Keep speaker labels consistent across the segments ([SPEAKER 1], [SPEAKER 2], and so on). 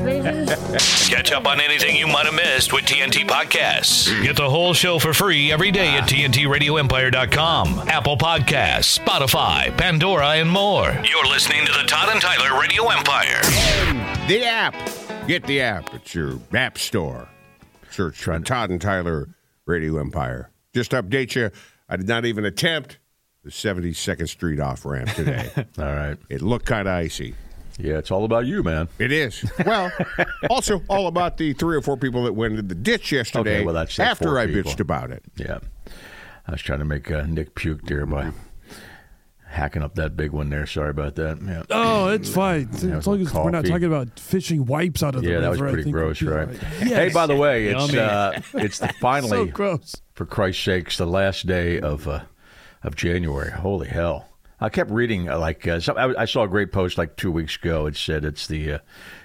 [SPEAKER 1] Catch up on anything you might have missed with TNT Podcasts. Get the whole show for free every day at TNTRadioEmpire.com, Apple Podcasts, Spotify, Pandora, and more. You're listening to the Todd and Tyler Radio Empire.
[SPEAKER 2] The app. Get the app. It's your app store. Search for Todd and Tyler Radio Empire. Just to update you. I did not even attempt the 72nd Street off ramp today.
[SPEAKER 3] All right.
[SPEAKER 2] it looked kind of icy.
[SPEAKER 3] Yeah, it's all about you, man.
[SPEAKER 2] It is. Well, also all about the three or four people that went in the ditch yesterday
[SPEAKER 3] well, that's- that's
[SPEAKER 2] after
[SPEAKER 3] four
[SPEAKER 2] I
[SPEAKER 3] people.
[SPEAKER 2] bitched about it.
[SPEAKER 3] Yeah. I was trying to make uh, Nick puke there by hacking up that big one there. Sorry about that. Yeah.
[SPEAKER 4] Oh, it's fine.
[SPEAKER 3] was
[SPEAKER 4] as long as we're not
[SPEAKER 3] coffee.
[SPEAKER 4] talking about fishing wipes out of the
[SPEAKER 3] Yeah, that was
[SPEAKER 4] river, I
[SPEAKER 3] pretty
[SPEAKER 4] think
[SPEAKER 3] gross,
[SPEAKER 4] we'll be
[SPEAKER 3] right?
[SPEAKER 4] all
[SPEAKER 3] Hey,
[SPEAKER 4] Yes.
[SPEAKER 3] by the way, it's
[SPEAKER 4] Yummy.
[SPEAKER 3] uh, it's the,
[SPEAKER 4] so
[SPEAKER 3] finally,
[SPEAKER 4] gross.
[SPEAKER 3] for Christ's sakes, the last day of uh, of January. Holy hell! I kept reading uh, like uh, some, I, I saw a great post like two weeks ago. It said it's the uh,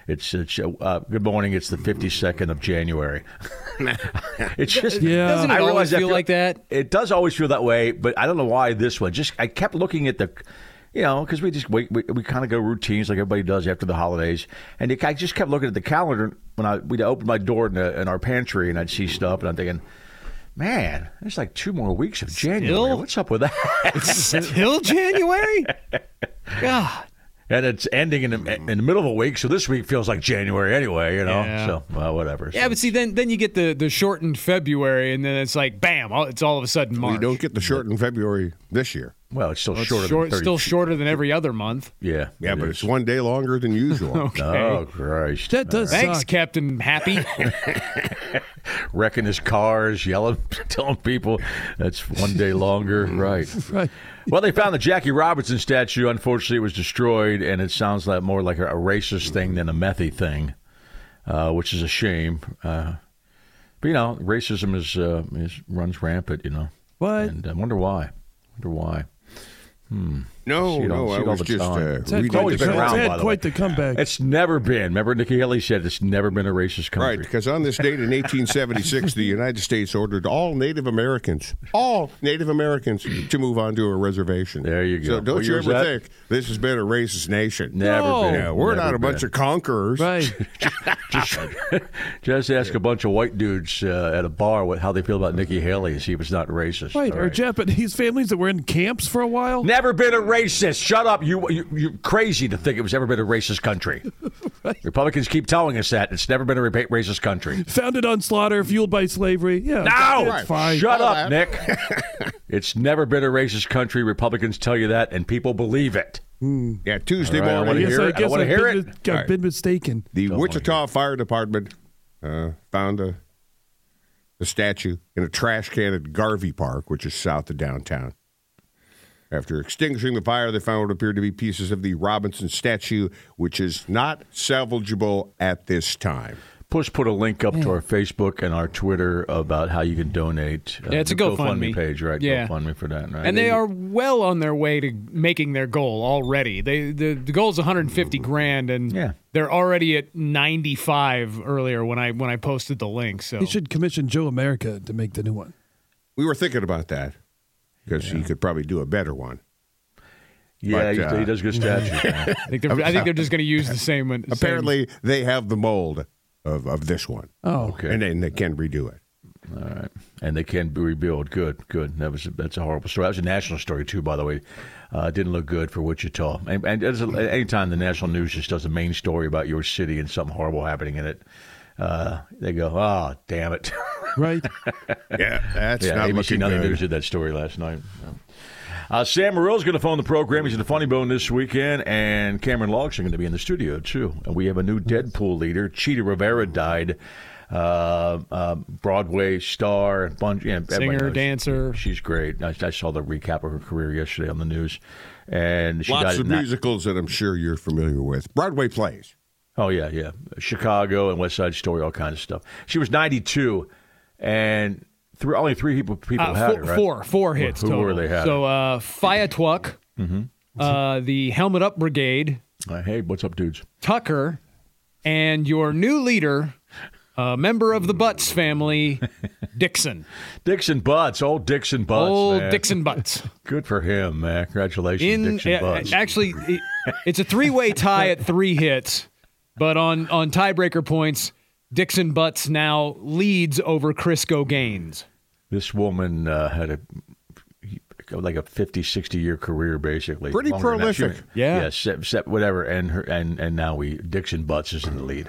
[SPEAKER 3] it's it's uh, uh, good morning. It's the fifty second of January. it's just
[SPEAKER 4] Yeah. Doesn't it
[SPEAKER 3] I realize
[SPEAKER 5] always feel like that?
[SPEAKER 3] It does always feel that way, but I don't know why this one. Just I kept looking at the. You know, because we just wait, we, we kind of go routines like everybody does after the holidays, and it, I just kept looking at the calendar when I we'd open my door in, the, in our pantry and I'd see stuff, and I'm thinking, man, there's like two more weeks of January.
[SPEAKER 5] Still?
[SPEAKER 3] What's up with that?
[SPEAKER 5] Till January? God.
[SPEAKER 3] and it's ending in the, in the middle of a week, so this week feels like January anyway. You know,
[SPEAKER 5] Mm-hmm. Yeah.
[SPEAKER 3] so well, whatever.
[SPEAKER 5] Yeah, but see, then then you get the the shortened February, and then it's like, bam! all- It's all of a sudden
[SPEAKER 2] We
[SPEAKER 5] March.
[SPEAKER 2] don't get the short in February this year.
[SPEAKER 3] well, it's still
[SPEAKER 5] Well, it's
[SPEAKER 3] shorter.
[SPEAKER 5] short-
[SPEAKER 3] than 30,
[SPEAKER 5] still shorter than every other month.
[SPEAKER 3] Yeah,
[SPEAKER 2] Yeah,
[SPEAKER 3] it
[SPEAKER 2] but
[SPEAKER 3] is.
[SPEAKER 2] it's one day longer than usual.
[SPEAKER 3] Oh Christ!
[SPEAKER 4] That does
[SPEAKER 5] Thanks,
[SPEAKER 4] suck.
[SPEAKER 5] Captain Happy.
[SPEAKER 3] wrecking his cars, yelling, telling people that's one day longer. right.
[SPEAKER 4] Right.
[SPEAKER 3] Well, they found the Jackie Robinson statue. Unfortunately, it was destroyed, and it sounds like more like a racist thing than a methy thing, uh, which is a shame. Uh, but you know, racism is, uh, is runs rampant. You know,
[SPEAKER 4] What?
[SPEAKER 3] and I wonder why. Wonder why.
[SPEAKER 2] No,
[SPEAKER 3] See it all-
[SPEAKER 2] no,
[SPEAKER 3] see
[SPEAKER 2] I
[SPEAKER 3] it all
[SPEAKER 2] was
[SPEAKER 3] the
[SPEAKER 2] just
[SPEAKER 3] time.
[SPEAKER 2] uh,
[SPEAKER 4] It's had
[SPEAKER 2] reading
[SPEAKER 3] It's
[SPEAKER 4] quite,
[SPEAKER 3] always
[SPEAKER 2] the
[SPEAKER 3] been
[SPEAKER 4] the,
[SPEAKER 3] around,
[SPEAKER 4] it's
[SPEAKER 3] by
[SPEAKER 4] had
[SPEAKER 3] the
[SPEAKER 4] quite the comeback.
[SPEAKER 3] It's never been. Remember, Nikki Haley said it's never been a racist country.
[SPEAKER 2] Right, because on this date in 1876, the United States ordered all Native Americans, all Native Americans, to move onto a reservation.
[SPEAKER 3] There you go.
[SPEAKER 2] So don't
[SPEAKER 3] What
[SPEAKER 2] you
[SPEAKER 3] year was
[SPEAKER 2] ever
[SPEAKER 3] that?
[SPEAKER 2] think this has been a racist nation?
[SPEAKER 3] Never
[SPEAKER 4] No.
[SPEAKER 3] been.
[SPEAKER 2] Yeah, we're
[SPEAKER 3] Never
[SPEAKER 2] not a
[SPEAKER 3] been.
[SPEAKER 2] bunch of conquerors.
[SPEAKER 4] right.
[SPEAKER 3] just, just ask a bunch of white dudes uh, at a bar what, how they feel about Nikki Haley and see if it's not racist.
[SPEAKER 4] Right.
[SPEAKER 3] All
[SPEAKER 4] Or Japanese families that were in camps for a while.
[SPEAKER 3] Never been a racist. Shut up. You, you you crazy to think it was ever been a racist country. Republicans keep telling us that it's never been a ra- racist country.
[SPEAKER 4] Founded on slaughter, fueled by slavery. Yeah.
[SPEAKER 3] No,
[SPEAKER 4] It's fine.
[SPEAKER 3] shut
[SPEAKER 2] All
[SPEAKER 3] up, Nick. it's never been a racist country. Republicans tell you that, and people believe it.
[SPEAKER 2] Yeah, Tuesday
[SPEAKER 3] All right, I
[SPEAKER 4] I
[SPEAKER 3] wanna
[SPEAKER 2] morning
[SPEAKER 4] guess
[SPEAKER 3] hear
[SPEAKER 4] I
[SPEAKER 3] it. I
[SPEAKER 4] guess
[SPEAKER 3] wanna
[SPEAKER 4] I've,
[SPEAKER 3] hear
[SPEAKER 4] been,
[SPEAKER 3] it.
[SPEAKER 4] mis- I've been mistaken.
[SPEAKER 2] the Wichita Fire Department uh, found a, a statue in a trash can at Garvey Park, which is south of downtown. After extinguishing the fire, they found what appeared to be pieces of the Robinson statue, which is not salvageable at this time.
[SPEAKER 3] Push put a link up to our Facebook and our Twitter about how you can donate. Uh,
[SPEAKER 5] Yeah, it's a
[SPEAKER 3] the
[SPEAKER 5] GoFundMe.
[SPEAKER 3] page, right?
[SPEAKER 5] Yeah.
[SPEAKER 3] GoFundMe for that, right?
[SPEAKER 5] and they are well on their way to making their goal already. They the, the goal is 150 grand, and
[SPEAKER 3] Yeah.
[SPEAKER 5] they're already at 95 earlier when I when I posted the link. So
[SPEAKER 4] He
[SPEAKER 3] Oh.
[SPEAKER 4] should commission Joe America to make the new one.
[SPEAKER 2] We were thinking about that because he could probably do a better one.
[SPEAKER 3] Yeah,
[SPEAKER 2] But,
[SPEAKER 3] he,
[SPEAKER 2] uh,
[SPEAKER 3] he does good statues. man.
[SPEAKER 5] I think they're, I think they're just going to use the same one. same-
[SPEAKER 2] Apparently, they have the mold of, of this one.
[SPEAKER 4] Oh,
[SPEAKER 3] Okay.
[SPEAKER 2] And then they can redo it.
[SPEAKER 3] All right. And they can be rebuild. Good, good. That was that's a horrible story. That was a national story too, by the way. Uh, didn't look good for Wichita. And, and it's a, anytime the national news just does a main story about your city and something horrible happening in it, uh, they go, "Ah, damn it."
[SPEAKER 4] right.
[SPEAKER 2] Yeah, that's
[SPEAKER 3] yeah,
[SPEAKER 2] not
[SPEAKER 3] ABC
[SPEAKER 2] looking
[SPEAKER 3] Nightly
[SPEAKER 2] good.
[SPEAKER 3] News did that story last night. Yeah. Uh, Sam Morrill's going to phone the program. He's in the Funny Bone this weekend, and Cameron Logs are going to be in the studio too. And we have a new Deadpool leader. Cheetah Rivera died. Uh, uh, Broadway star, bun- yeah, everybody
[SPEAKER 5] Singer,
[SPEAKER 3] knows.
[SPEAKER 5] dancer.
[SPEAKER 3] She's great. I, I saw the recap of her career yesterday on the news, and she
[SPEAKER 2] Lots
[SPEAKER 3] died.
[SPEAKER 2] of
[SPEAKER 3] at ni-
[SPEAKER 2] musicals that I'm sure you're familiar with. Broadway plays.
[SPEAKER 3] Oh yeah, yeah. Chicago and West Side Story, all kinds of stuff. She was 92, and three, only three people people
[SPEAKER 5] Uh,
[SPEAKER 3] had
[SPEAKER 5] four,
[SPEAKER 3] it. Right?
[SPEAKER 5] four, four hits
[SPEAKER 3] Who
[SPEAKER 5] total.
[SPEAKER 3] were they had Mm-hmm.
[SPEAKER 5] So uh, Faya Twuck, uh, the Helmet Up Brigade,
[SPEAKER 3] Uh, hey, what's up, dudes?
[SPEAKER 5] Tucker, and your new leader, a member of the Butts family, Dixon.
[SPEAKER 3] Dixon Butts, old Dixon Butts.
[SPEAKER 5] Old
[SPEAKER 3] man.
[SPEAKER 5] Dixon Butts.
[SPEAKER 3] Good for him, man. Congratulations,
[SPEAKER 5] In
[SPEAKER 3] Dixon
[SPEAKER 5] uh,
[SPEAKER 3] Butts.
[SPEAKER 5] actually, it- it's a three-way tie at three hits, but on on tiebreaker points, Dixon Butts now leads over Crisco Gaines.
[SPEAKER 3] this woman uh, had a like a 50, 60 year career, basically.
[SPEAKER 2] Pretty
[SPEAKER 3] Longer than that. She-
[SPEAKER 2] prolific.
[SPEAKER 5] Yeah.
[SPEAKER 3] Yeah, se- se- whatever. And her and and now we Dixon Butts is in the lead.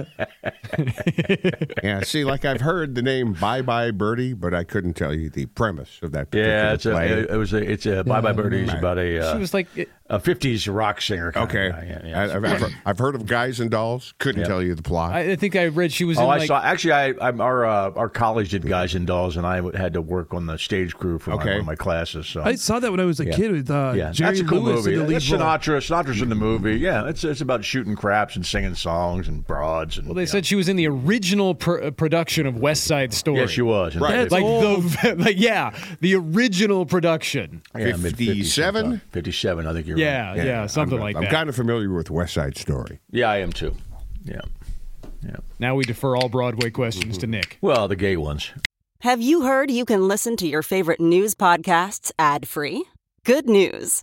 [SPEAKER 3] All right.
[SPEAKER 2] Yeah, see, like I've heard the name Bye Bye Birdie, but I couldn't tell you the premise of that particular
[SPEAKER 3] Yeah, it's a,
[SPEAKER 2] play.
[SPEAKER 3] it, was a it's a Bye Bye Birdie is about a
[SPEAKER 5] She
[SPEAKER 3] uh,
[SPEAKER 5] was like, it-
[SPEAKER 3] a fifties rock singer. kinda
[SPEAKER 2] okay.
[SPEAKER 3] guy. Yeah, yeah.
[SPEAKER 2] I, I've, I've, I've heard of Guys and Dolls. Couldn't tell you the plot.
[SPEAKER 5] I I think I read she was
[SPEAKER 3] Oh,
[SPEAKER 5] in
[SPEAKER 3] I
[SPEAKER 5] like
[SPEAKER 3] saw. Actually, I, I'm, our uh, our college did Guys and Dolls, and I w- had to work on the stage crew for my,
[SPEAKER 2] Okay.
[SPEAKER 3] one of my classes. So
[SPEAKER 4] I saw that when I was a kid with uh,
[SPEAKER 3] yeah,
[SPEAKER 4] Jerry
[SPEAKER 3] that's a cool
[SPEAKER 4] Lewis
[SPEAKER 3] movie.
[SPEAKER 4] in the lead
[SPEAKER 3] That's
[SPEAKER 4] role.
[SPEAKER 3] Sinatra. Sinatra's in the movie. Yeah, it's it's about shooting craps and singing songs and broads and.
[SPEAKER 5] Well, they
[SPEAKER 3] yeah.
[SPEAKER 5] said she was in the original pr- uh, production of West Side Story.
[SPEAKER 3] Yeah, she was. Oh. in the
[SPEAKER 2] Right.
[SPEAKER 4] That's
[SPEAKER 5] Like
[SPEAKER 4] old.
[SPEAKER 5] the like yeah, the original production.
[SPEAKER 3] Yeah, mid-
[SPEAKER 2] 57?
[SPEAKER 3] sometime. 57, I think you're
[SPEAKER 5] Yeah,
[SPEAKER 3] right.
[SPEAKER 5] yeah, something
[SPEAKER 2] I'm,
[SPEAKER 5] like
[SPEAKER 2] I'm
[SPEAKER 5] that.
[SPEAKER 2] kind of familiar with West Side Story.
[SPEAKER 3] Yeah, I am too. Yeah. Yeah.
[SPEAKER 5] now we defer all Broadway questions
[SPEAKER 3] Mm-hmm.
[SPEAKER 5] to Nick.
[SPEAKER 3] Well, the gay ones.
[SPEAKER 6] Have you heard you can listen to your favorite news podcasts ad free? Good news!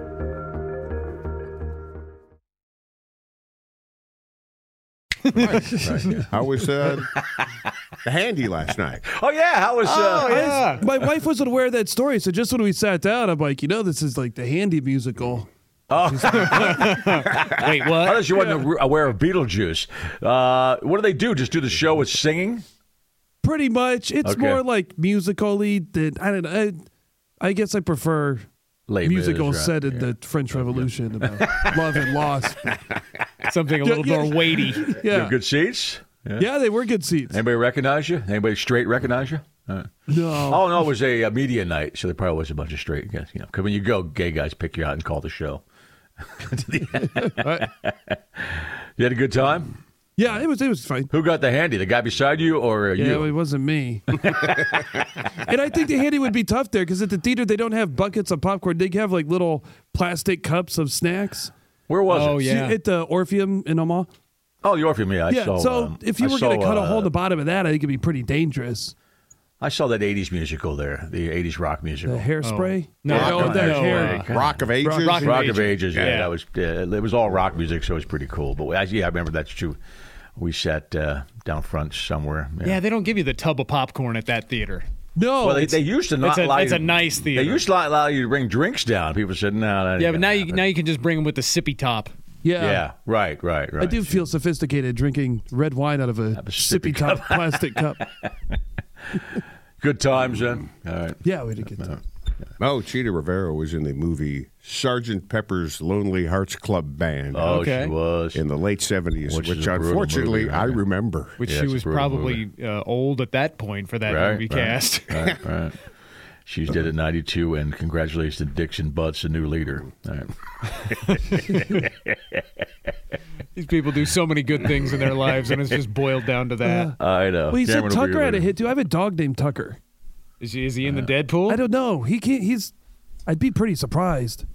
[SPEAKER 3] Right, yeah.
[SPEAKER 2] I was uh, the handy last night.
[SPEAKER 3] Oh, yeah. How was. uh,
[SPEAKER 5] Oh, Ah.
[SPEAKER 4] My wife wasn't aware of that story, so just when we sat down, I'm like, you know, this is like the handy musical.
[SPEAKER 5] Wait,
[SPEAKER 3] I
[SPEAKER 5] what?
[SPEAKER 3] Unless you wasn't aware of Beetlejuice. Uh, what do they do? Just do the show with singing?
[SPEAKER 4] Pretty much, it's
[SPEAKER 3] Okay.
[SPEAKER 4] more like musically than I don't know. I, I guess I prefer
[SPEAKER 3] Les Mis,
[SPEAKER 4] musical
[SPEAKER 3] right,
[SPEAKER 4] set in the French Revolution about love and loss.
[SPEAKER 5] Something a little
[SPEAKER 4] Yeah, yeah.
[SPEAKER 5] more weighty.
[SPEAKER 4] Yeah,
[SPEAKER 3] Good seats?
[SPEAKER 4] yeah, they were good seats.
[SPEAKER 3] Anybody recognize you? Anybody straight recognize you? Uh,
[SPEAKER 4] No,
[SPEAKER 3] Oh no, it was a, uh media night, so there probably was a bunch of straight guys. You know, 'cause when you go, gay guys pick you out and call the show. you had a good time.
[SPEAKER 4] yeah, it was it was fine.
[SPEAKER 3] Who got the handy? The guy beside you or uh,
[SPEAKER 4] Yeah,
[SPEAKER 3] you?
[SPEAKER 4] it wasn't me. and I think the handy would be tough there because at the theater they don't have buckets of popcorn. They have like little plastic cups of snacks.
[SPEAKER 3] Where was
[SPEAKER 5] Oh
[SPEAKER 3] it?
[SPEAKER 5] yeah.
[SPEAKER 4] at the Orpheum in Omaha.
[SPEAKER 3] Oh, the Orpheum. Yeah, I
[SPEAKER 4] yeah.
[SPEAKER 3] saw.
[SPEAKER 4] so
[SPEAKER 3] um,
[SPEAKER 4] if you
[SPEAKER 3] I
[SPEAKER 4] were going
[SPEAKER 3] saw,
[SPEAKER 4] to cut a
[SPEAKER 3] uh,
[SPEAKER 4] hole in the bottom of that, I think it'd be pretty dangerous.
[SPEAKER 3] I saw that '80s musical there, the '80s rock
[SPEAKER 4] The
[SPEAKER 3] musical,
[SPEAKER 4] hairspray.
[SPEAKER 5] No,
[SPEAKER 4] Yeah,
[SPEAKER 5] no,
[SPEAKER 4] with that
[SPEAKER 5] no,
[SPEAKER 4] hair.
[SPEAKER 5] uh,
[SPEAKER 2] Rock of Ages.
[SPEAKER 5] Rock-
[SPEAKER 3] Rock
[SPEAKER 5] Ages.
[SPEAKER 3] of Ages. Yeah,
[SPEAKER 5] Yeah.
[SPEAKER 3] that was. Uh, it was all rock music, so it was pretty cool. But I, yeah, I remember that's true. We sat uh, down front somewhere.
[SPEAKER 5] yeah, they don't give you the tub of popcorn at that theater.
[SPEAKER 4] No.
[SPEAKER 3] Well, they,
[SPEAKER 4] it's-
[SPEAKER 3] they used to not
[SPEAKER 5] it's a-
[SPEAKER 3] allow
[SPEAKER 5] it's
[SPEAKER 3] you.
[SPEAKER 5] a nice theater.
[SPEAKER 3] They used to not allow you to bring drinks down. People said, "No, that ain't
[SPEAKER 5] Yeah, but
[SPEAKER 3] gonna
[SPEAKER 5] now you
[SPEAKER 3] happen."
[SPEAKER 5] now you can just bring them with the sippy top.
[SPEAKER 4] yeah.
[SPEAKER 3] Yeah. right, right, right.
[SPEAKER 4] uh, I do feel sophisticated drinking red wine out of a,
[SPEAKER 3] a sippy
[SPEAKER 4] sippy top plastic cup.
[SPEAKER 3] good times then. All right. Uh,
[SPEAKER 4] Yeah, we did get that.
[SPEAKER 2] Mo Oh, Cheetah Rivera was in the movie Sergeant Pepper's Lonely Hearts Club Band.
[SPEAKER 3] Oh, she was.
[SPEAKER 2] in the late seventies,
[SPEAKER 3] Which
[SPEAKER 2] which,
[SPEAKER 3] is a brutal
[SPEAKER 2] unfortunately
[SPEAKER 3] movie,
[SPEAKER 2] I
[SPEAKER 3] yeah.
[SPEAKER 2] remember.
[SPEAKER 5] Which
[SPEAKER 3] Yeah,
[SPEAKER 5] she
[SPEAKER 3] it's a
[SPEAKER 5] was
[SPEAKER 3] brutal
[SPEAKER 5] probably uh, old at that point for that movie cast.
[SPEAKER 3] Right, right. She's dead at 92, and congratulations to Dixon Butts, the new leader. All right.
[SPEAKER 5] These people do so many good things in their lives, and it's just boiled down to that.
[SPEAKER 3] I know.
[SPEAKER 4] Well, he said
[SPEAKER 3] Cameron will be
[SPEAKER 4] Tucker had a
[SPEAKER 3] your
[SPEAKER 4] hit too. I have a dog named Tucker.
[SPEAKER 5] Is he, is he in the Deadpool?
[SPEAKER 4] I don't know. He can't. He's. I'd be pretty surprised.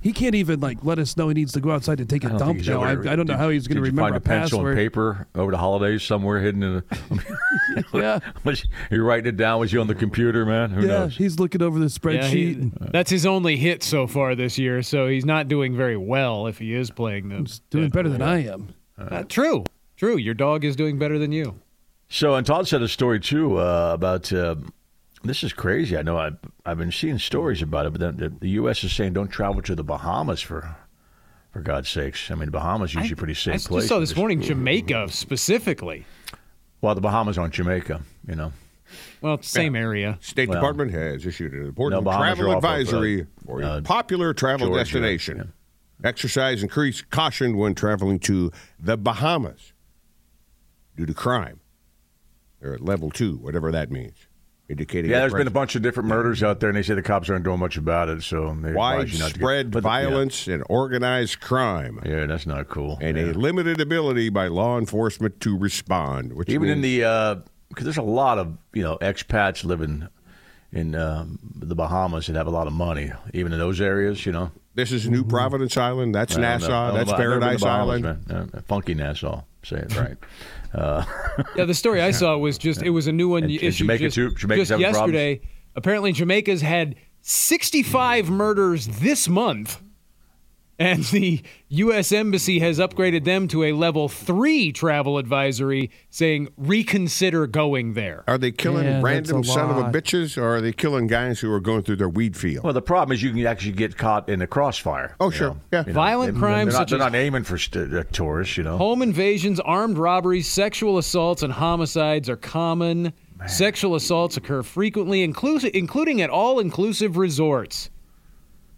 [SPEAKER 4] He can't even like let us know he needs to go outside and take a
[SPEAKER 3] I don't think
[SPEAKER 4] dump
[SPEAKER 3] he's
[SPEAKER 4] now. I,
[SPEAKER 3] ever-
[SPEAKER 4] I don't know
[SPEAKER 3] did-
[SPEAKER 4] how he's going to
[SPEAKER 3] did you
[SPEAKER 4] remember
[SPEAKER 3] find a
[SPEAKER 4] a
[SPEAKER 3] pencil
[SPEAKER 4] password.
[SPEAKER 3] and paper over the holidays somewhere hidden in a. yeah. Was you writing it down? Was you on the computer, man? Who
[SPEAKER 4] yeah,
[SPEAKER 3] knows?
[SPEAKER 4] he's looking over the spreadsheet.
[SPEAKER 5] Yeah, he-
[SPEAKER 4] and
[SPEAKER 5] that's his only hit so far this year, so he's not doing very well if he is playing them.
[SPEAKER 4] doing better than I am.
[SPEAKER 5] Uh, true, true. Your dog is doing better than you.
[SPEAKER 3] So, and Todd said a story too uh, about uh, this is crazy. I know I, I've been seeing stories about it, but then the, the U.S. is saying don't travel to the Bahamas for for God's sakes. I mean, Bahamas usually a pretty
[SPEAKER 5] I
[SPEAKER 3] safe
[SPEAKER 5] just
[SPEAKER 3] place.
[SPEAKER 5] saw
[SPEAKER 3] but
[SPEAKER 5] this
[SPEAKER 3] just-
[SPEAKER 5] morning Jamaica specifically.
[SPEAKER 3] Well, the Bahamas aren't Jamaica, you know.
[SPEAKER 5] Well, it's the same area.
[SPEAKER 2] State
[SPEAKER 3] Well,
[SPEAKER 2] Department has issued an important
[SPEAKER 3] no, Bahamas
[SPEAKER 2] travel
[SPEAKER 3] are off of,
[SPEAKER 2] advisory
[SPEAKER 3] uh,
[SPEAKER 2] for your
[SPEAKER 3] uh,
[SPEAKER 2] popular travel
[SPEAKER 3] Georgia,
[SPEAKER 2] destination. Exercise increased caution when traveling to the Bahamas due to crime. They're at level two, whatever that means, indicating
[SPEAKER 3] Yeah,
[SPEAKER 2] that
[SPEAKER 3] there's been a
[SPEAKER 2] pres-
[SPEAKER 3] bunch of different murders out there, and they say the cops aren't doing much about it. So they advise you not to get-
[SPEAKER 2] widespread
[SPEAKER 3] but- yeah.
[SPEAKER 2] violence and organized crime,
[SPEAKER 3] Yeah. that's not cool.
[SPEAKER 2] and
[SPEAKER 3] Yeah.
[SPEAKER 2] a limited ability by law enforcement to respond. Which
[SPEAKER 3] even in
[SPEAKER 2] means-
[SPEAKER 3] the because there's a lot of you know expats living in um, the Bahamas that have a lot of money, even in those areas. You know,
[SPEAKER 2] this is New Providence Island, that's
[SPEAKER 3] Mm-hmm. I don't know. I
[SPEAKER 2] Nassau,
[SPEAKER 3] don't
[SPEAKER 2] that's
[SPEAKER 3] know about- I've never been to
[SPEAKER 2] Paradise
[SPEAKER 3] Bahamas,
[SPEAKER 2] Island.
[SPEAKER 3] man. Uh, funky Nassau, say it right. uh,
[SPEAKER 5] Yeah, the story I saw was just it was a new one
[SPEAKER 3] And- and
[SPEAKER 5] issued
[SPEAKER 3] Jamaica
[SPEAKER 5] just,
[SPEAKER 3] too? Jamaica's
[SPEAKER 5] just
[SPEAKER 3] having problems?
[SPEAKER 5] yesterday. Apparently, Jamaica's had 65 murders this month, and the U.S. Embassy has upgraded them to a level three travel advisory, saying reconsider going there.
[SPEAKER 2] Are they killing
[SPEAKER 4] Yeah, that's
[SPEAKER 2] random
[SPEAKER 4] a
[SPEAKER 2] son of a
[SPEAKER 4] lot.
[SPEAKER 2] bitches, or are they killing guys who are going through their weed field?
[SPEAKER 3] well, the problem is you can actually get caught in the crossfire.
[SPEAKER 2] Oh,
[SPEAKER 3] you
[SPEAKER 2] sure.
[SPEAKER 3] know.
[SPEAKER 2] Yeah.
[SPEAKER 3] You know,
[SPEAKER 5] Violent
[SPEAKER 3] they-
[SPEAKER 5] crimes
[SPEAKER 3] They're not,
[SPEAKER 5] such
[SPEAKER 3] they're
[SPEAKER 5] as-
[SPEAKER 3] not aiming for st- uh, tourists, you know.
[SPEAKER 5] Home invasions, armed robberies, sexual assaults, and homicides are common. Sexual assaults occur frequently, inclusi- including at all-inclusive resorts.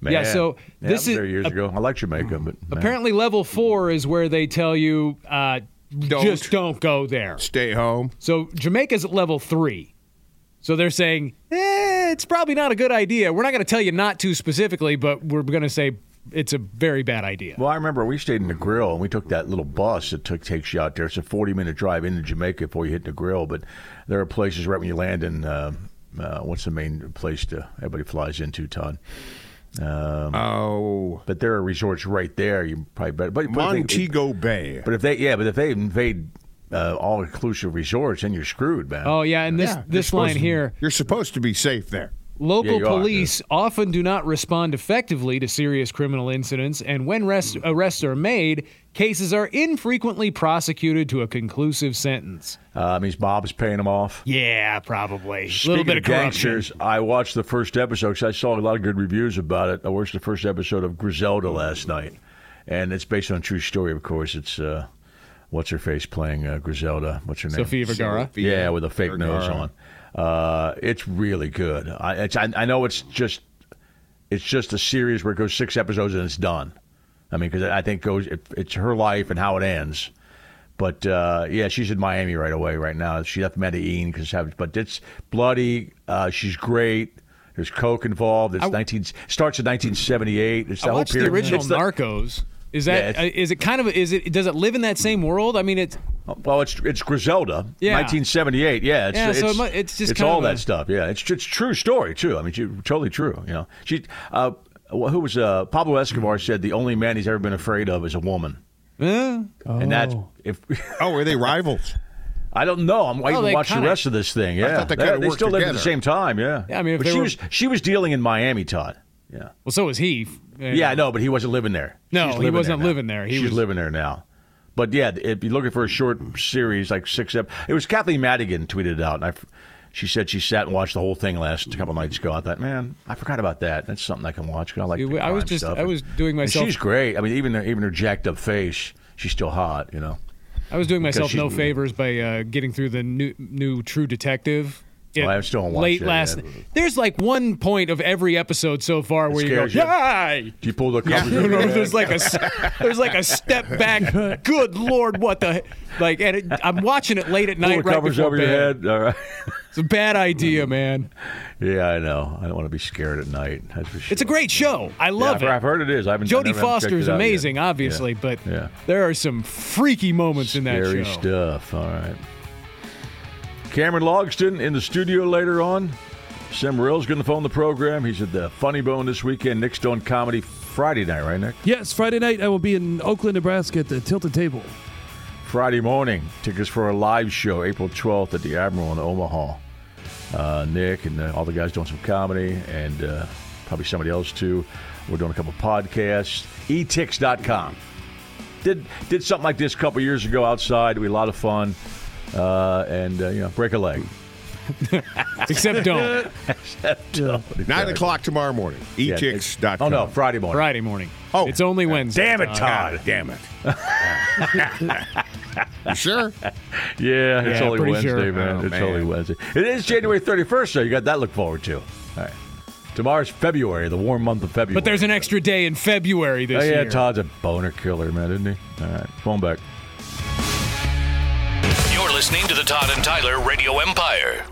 [SPEAKER 5] yeah,
[SPEAKER 3] Man.
[SPEAKER 5] so
[SPEAKER 3] Yeah,
[SPEAKER 5] this
[SPEAKER 3] I was
[SPEAKER 5] is-
[SPEAKER 3] there years ago. I like Jamaica, but man.
[SPEAKER 5] Apparently, level four is where they tell you uh, just don't go there.
[SPEAKER 2] Stay home.
[SPEAKER 5] So Jamaica's at level three. So they're saying eh, it's probably not a good idea. We're not going to tell you not to specifically, but we're going to say it's a very bad idea.
[SPEAKER 3] Well, I remember we stayed in the grill and we took that little bus that took, takes you out there. It's a 40 minute drive into Jamaica before you hit the grill, but there are places right when you land in. Uh, uh, what's the main place to everybody flies into, Todd? Um,
[SPEAKER 2] Oh,
[SPEAKER 3] But there are resorts right there. You probably better. But, but if they-
[SPEAKER 2] Montego Bay.
[SPEAKER 3] But if they, yeah, but if they invade uh, all inclusive resorts, then you're screwed, man.
[SPEAKER 5] oh yeah, and this
[SPEAKER 2] You're
[SPEAKER 5] this
[SPEAKER 2] supposed
[SPEAKER 5] line
[SPEAKER 2] to-
[SPEAKER 5] here.
[SPEAKER 2] You're supposed to be safe there.
[SPEAKER 5] Local
[SPEAKER 3] you are,
[SPEAKER 5] police often do not respond effectively to serious criminal incidents, and when
[SPEAKER 3] Mm.
[SPEAKER 5] rest, arrests are made, cases are infrequently prosecuted to a conclusive sentence.
[SPEAKER 3] Uh, means Bob's paying them off.
[SPEAKER 5] Yeah, probably. A
[SPEAKER 3] Speaking
[SPEAKER 5] little bit of, corruption.
[SPEAKER 3] gangsters, I watched the first episode because I saw a lot of good reviews about it. I watched the first episode of Griselda last night, and it's based on a true story, of course. It's uh, what's her face playing uh, Griselda? What's her name?
[SPEAKER 5] Sofia Vergara.
[SPEAKER 3] Yeah, with a fake nose on. Uh, it's really good. I, it's, I I know it's just it's just a series where it goes six episodes and it's done. I mean, because I think goes it, it's her life and how it ends. But uh, yeah, she's in Miami right away right now. She left Medellin because but it's bloody. Uh, she's great. There's coke involved. It's 19 starts in 1978. It's the
[SPEAKER 5] I
[SPEAKER 3] whole
[SPEAKER 5] watched
[SPEAKER 3] period.
[SPEAKER 5] the original
[SPEAKER 3] It's
[SPEAKER 5] Narcos. Is
[SPEAKER 3] Yeah,
[SPEAKER 5] that
[SPEAKER 3] it's-
[SPEAKER 5] uh, is it kind of is it does it live in that same world? I mean, it's
[SPEAKER 3] Well, it's it's Griselda,
[SPEAKER 5] Yeah.
[SPEAKER 3] 1978. Yeah, it's
[SPEAKER 5] Yeah, so
[SPEAKER 3] it's,
[SPEAKER 5] it mu- it's just
[SPEAKER 3] it's
[SPEAKER 5] kind
[SPEAKER 3] all
[SPEAKER 5] of
[SPEAKER 3] that
[SPEAKER 5] a-
[SPEAKER 3] stuff. Yeah, it's it's true story too. I mean, she, totally true. You know, she uh, wh- who was uh, Pablo Escobar said the only man he's ever been afraid of is a woman,
[SPEAKER 5] eh,
[SPEAKER 3] and that's if
[SPEAKER 2] Oh, are they rivals?
[SPEAKER 3] I don't know. I'm waiting
[SPEAKER 5] Oh, they
[SPEAKER 3] to watch the
[SPEAKER 5] kinda-
[SPEAKER 3] rest of this thing. Yeah,
[SPEAKER 2] thought they kinda worked
[SPEAKER 3] still lived at the
[SPEAKER 2] together.
[SPEAKER 3] same time. Yeah,
[SPEAKER 5] Yeah, I mean, if
[SPEAKER 3] but
[SPEAKER 5] they
[SPEAKER 3] she
[SPEAKER 5] were-
[SPEAKER 3] was she was dealing in Miami, Todd. Yeah,
[SPEAKER 5] well, so is he. Eh,
[SPEAKER 3] yeah, I know, but he wasn't living there.
[SPEAKER 5] No,
[SPEAKER 3] She's
[SPEAKER 5] he
[SPEAKER 3] living
[SPEAKER 5] wasn't
[SPEAKER 3] now.
[SPEAKER 5] living there. He
[SPEAKER 3] She's
[SPEAKER 5] was-
[SPEAKER 3] living there now. But yeah, if you're looking for a short series, like six ep, it was Kathleen Madigan tweeted it out, and I, f- she said she sat and watched the whole thing last couple nights ago. I thought, man, I forgot about that. That's something I can watch 'cause I like.
[SPEAKER 5] Dude,
[SPEAKER 3] the
[SPEAKER 5] I was
[SPEAKER 3] crime
[SPEAKER 5] just-
[SPEAKER 3] stuff.
[SPEAKER 5] I was doing
[SPEAKER 3] And
[SPEAKER 5] myself-
[SPEAKER 3] she's great. I mean, even her, even her jacked up face, she's still hot. You know.
[SPEAKER 5] I was doing myself
[SPEAKER 3] she's
[SPEAKER 5] no
[SPEAKER 3] moving.
[SPEAKER 5] favors by uh, getting through the new new True Detective.
[SPEAKER 3] Well, Oh, I still don't watch
[SPEAKER 5] late
[SPEAKER 3] it
[SPEAKER 5] last.
[SPEAKER 3] yet.
[SPEAKER 5] There's like one point of every episode so far where you go,
[SPEAKER 3] scares you.
[SPEAKER 5] "Yay!"
[SPEAKER 3] Do you pull the covers
[SPEAKER 5] You
[SPEAKER 3] over your
[SPEAKER 5] know,
[SPEAKER 3] head?
[SPEAKER 5] there's like a s- there's like a step back. Good lord, what the like? And it, I'm watching it late at
[SPEAKER 3] pull
[SPEAKER 5] night,
[SPEAKER 3] the
[SPEAKER 5] right
[SPEAKER 3] covers
[SPEAKER 5] before
[SPEAKER 3] over your
[SPEAKER 5] bed.
[SPEAKER 3] head. Mm. All right.
[SPEAKER 5] It's a bad idea, man.
[SPEAKER 3] Yeah, I know. I don't want to be scared at night. That's for sure.
[SPEAKER 5] It's a great show. I
[SPEAKER 3] Yeah,
[SPEAKER 5] love
[SPEAKER 3] I've,
[SPEAKER 5] it.
[SPEAKER 3] I've heard it is. I haven't. I
[SPEAKER 5] Jodie
[SPEAKER 3] never- I haven't checked
[SPEAKER 5] Foster's
[SPEAKER 3] it out yet.
[SPEAKER 5] amazing,
[SPEAKER 3] Yeah.
[SPEAKER 5] obviously, but
[SPEAKER 3] yeah.
[SPEAKER 5] there are some freaky moments in that
[SPEAKER 3] Scary
[SPEAKER 5] show.
[SPEAKER 3] stuff. All right. Cameron Logston in the studio later on. Sam Rill's going to phone the program. He's at the Funny Bone this weekend. Nick's doing comedy Friday night, right, Nick?
[SPEAKER 4] Yes, Friday night I will be in Oakland, Nebraska at the Tilted Table.
[SPEAKER 3] Friday morning. Tickets for a live show, April 12th at the Admiral in Omaha. Uh, Nick and uh, all the guys doing some comedy, and uh, probably somebody else too. We're doing a couple podcasts. E etix.com. Did did something like this a couple years ago outside. We had a lot of fun, uh, and uh, you know, break a leg.
[SPEAKER 5] Except don't.
[SPEAKER 2] Nine o'clock tomorrow morning. E
[SPEAKER 3] Yeah, it's-
[SPEAKER 2] Etix.com.
[SPEAKER 3] Oh no, Friday morning.
[SPEAKER 5] Friday morning.
[SPEAKER 2] Oh.
[SPEAKER 5] it's only Wednesday.
[SPEAKER 3] Damn it, Todd.
[SPEAKER 2] God damn it. you sure?
[SPEAKER 3] Yeah, it's
[SPEAKER 5] Yeah,
[SPEAKER 3] only
[SPEAKER 5] pretty
[SPEAKER 3] Wednesday,
[SPEAKER 5] sure.
[SPEAKER 3] man.
[SPEAKER 2] Oh,
[SPEAKER 3] it's
[SPEAKER 2] man.
[SPEAKER 3] only Wednesday. It is January 31st, so you got that to look forward to. All right. Tomorrow's February, the warm month of February.
[SPEAKER 5] But there's an extra day in February this
[SPEAKER 3] Oh, yeah,
[SPEAKER 5] year.
[SPEAKER 3] Todd's a boner killer, man, isn't he? All right, phone back.
[SPEAKER 1] You're listening to the Todd and Tyler Radio Empire.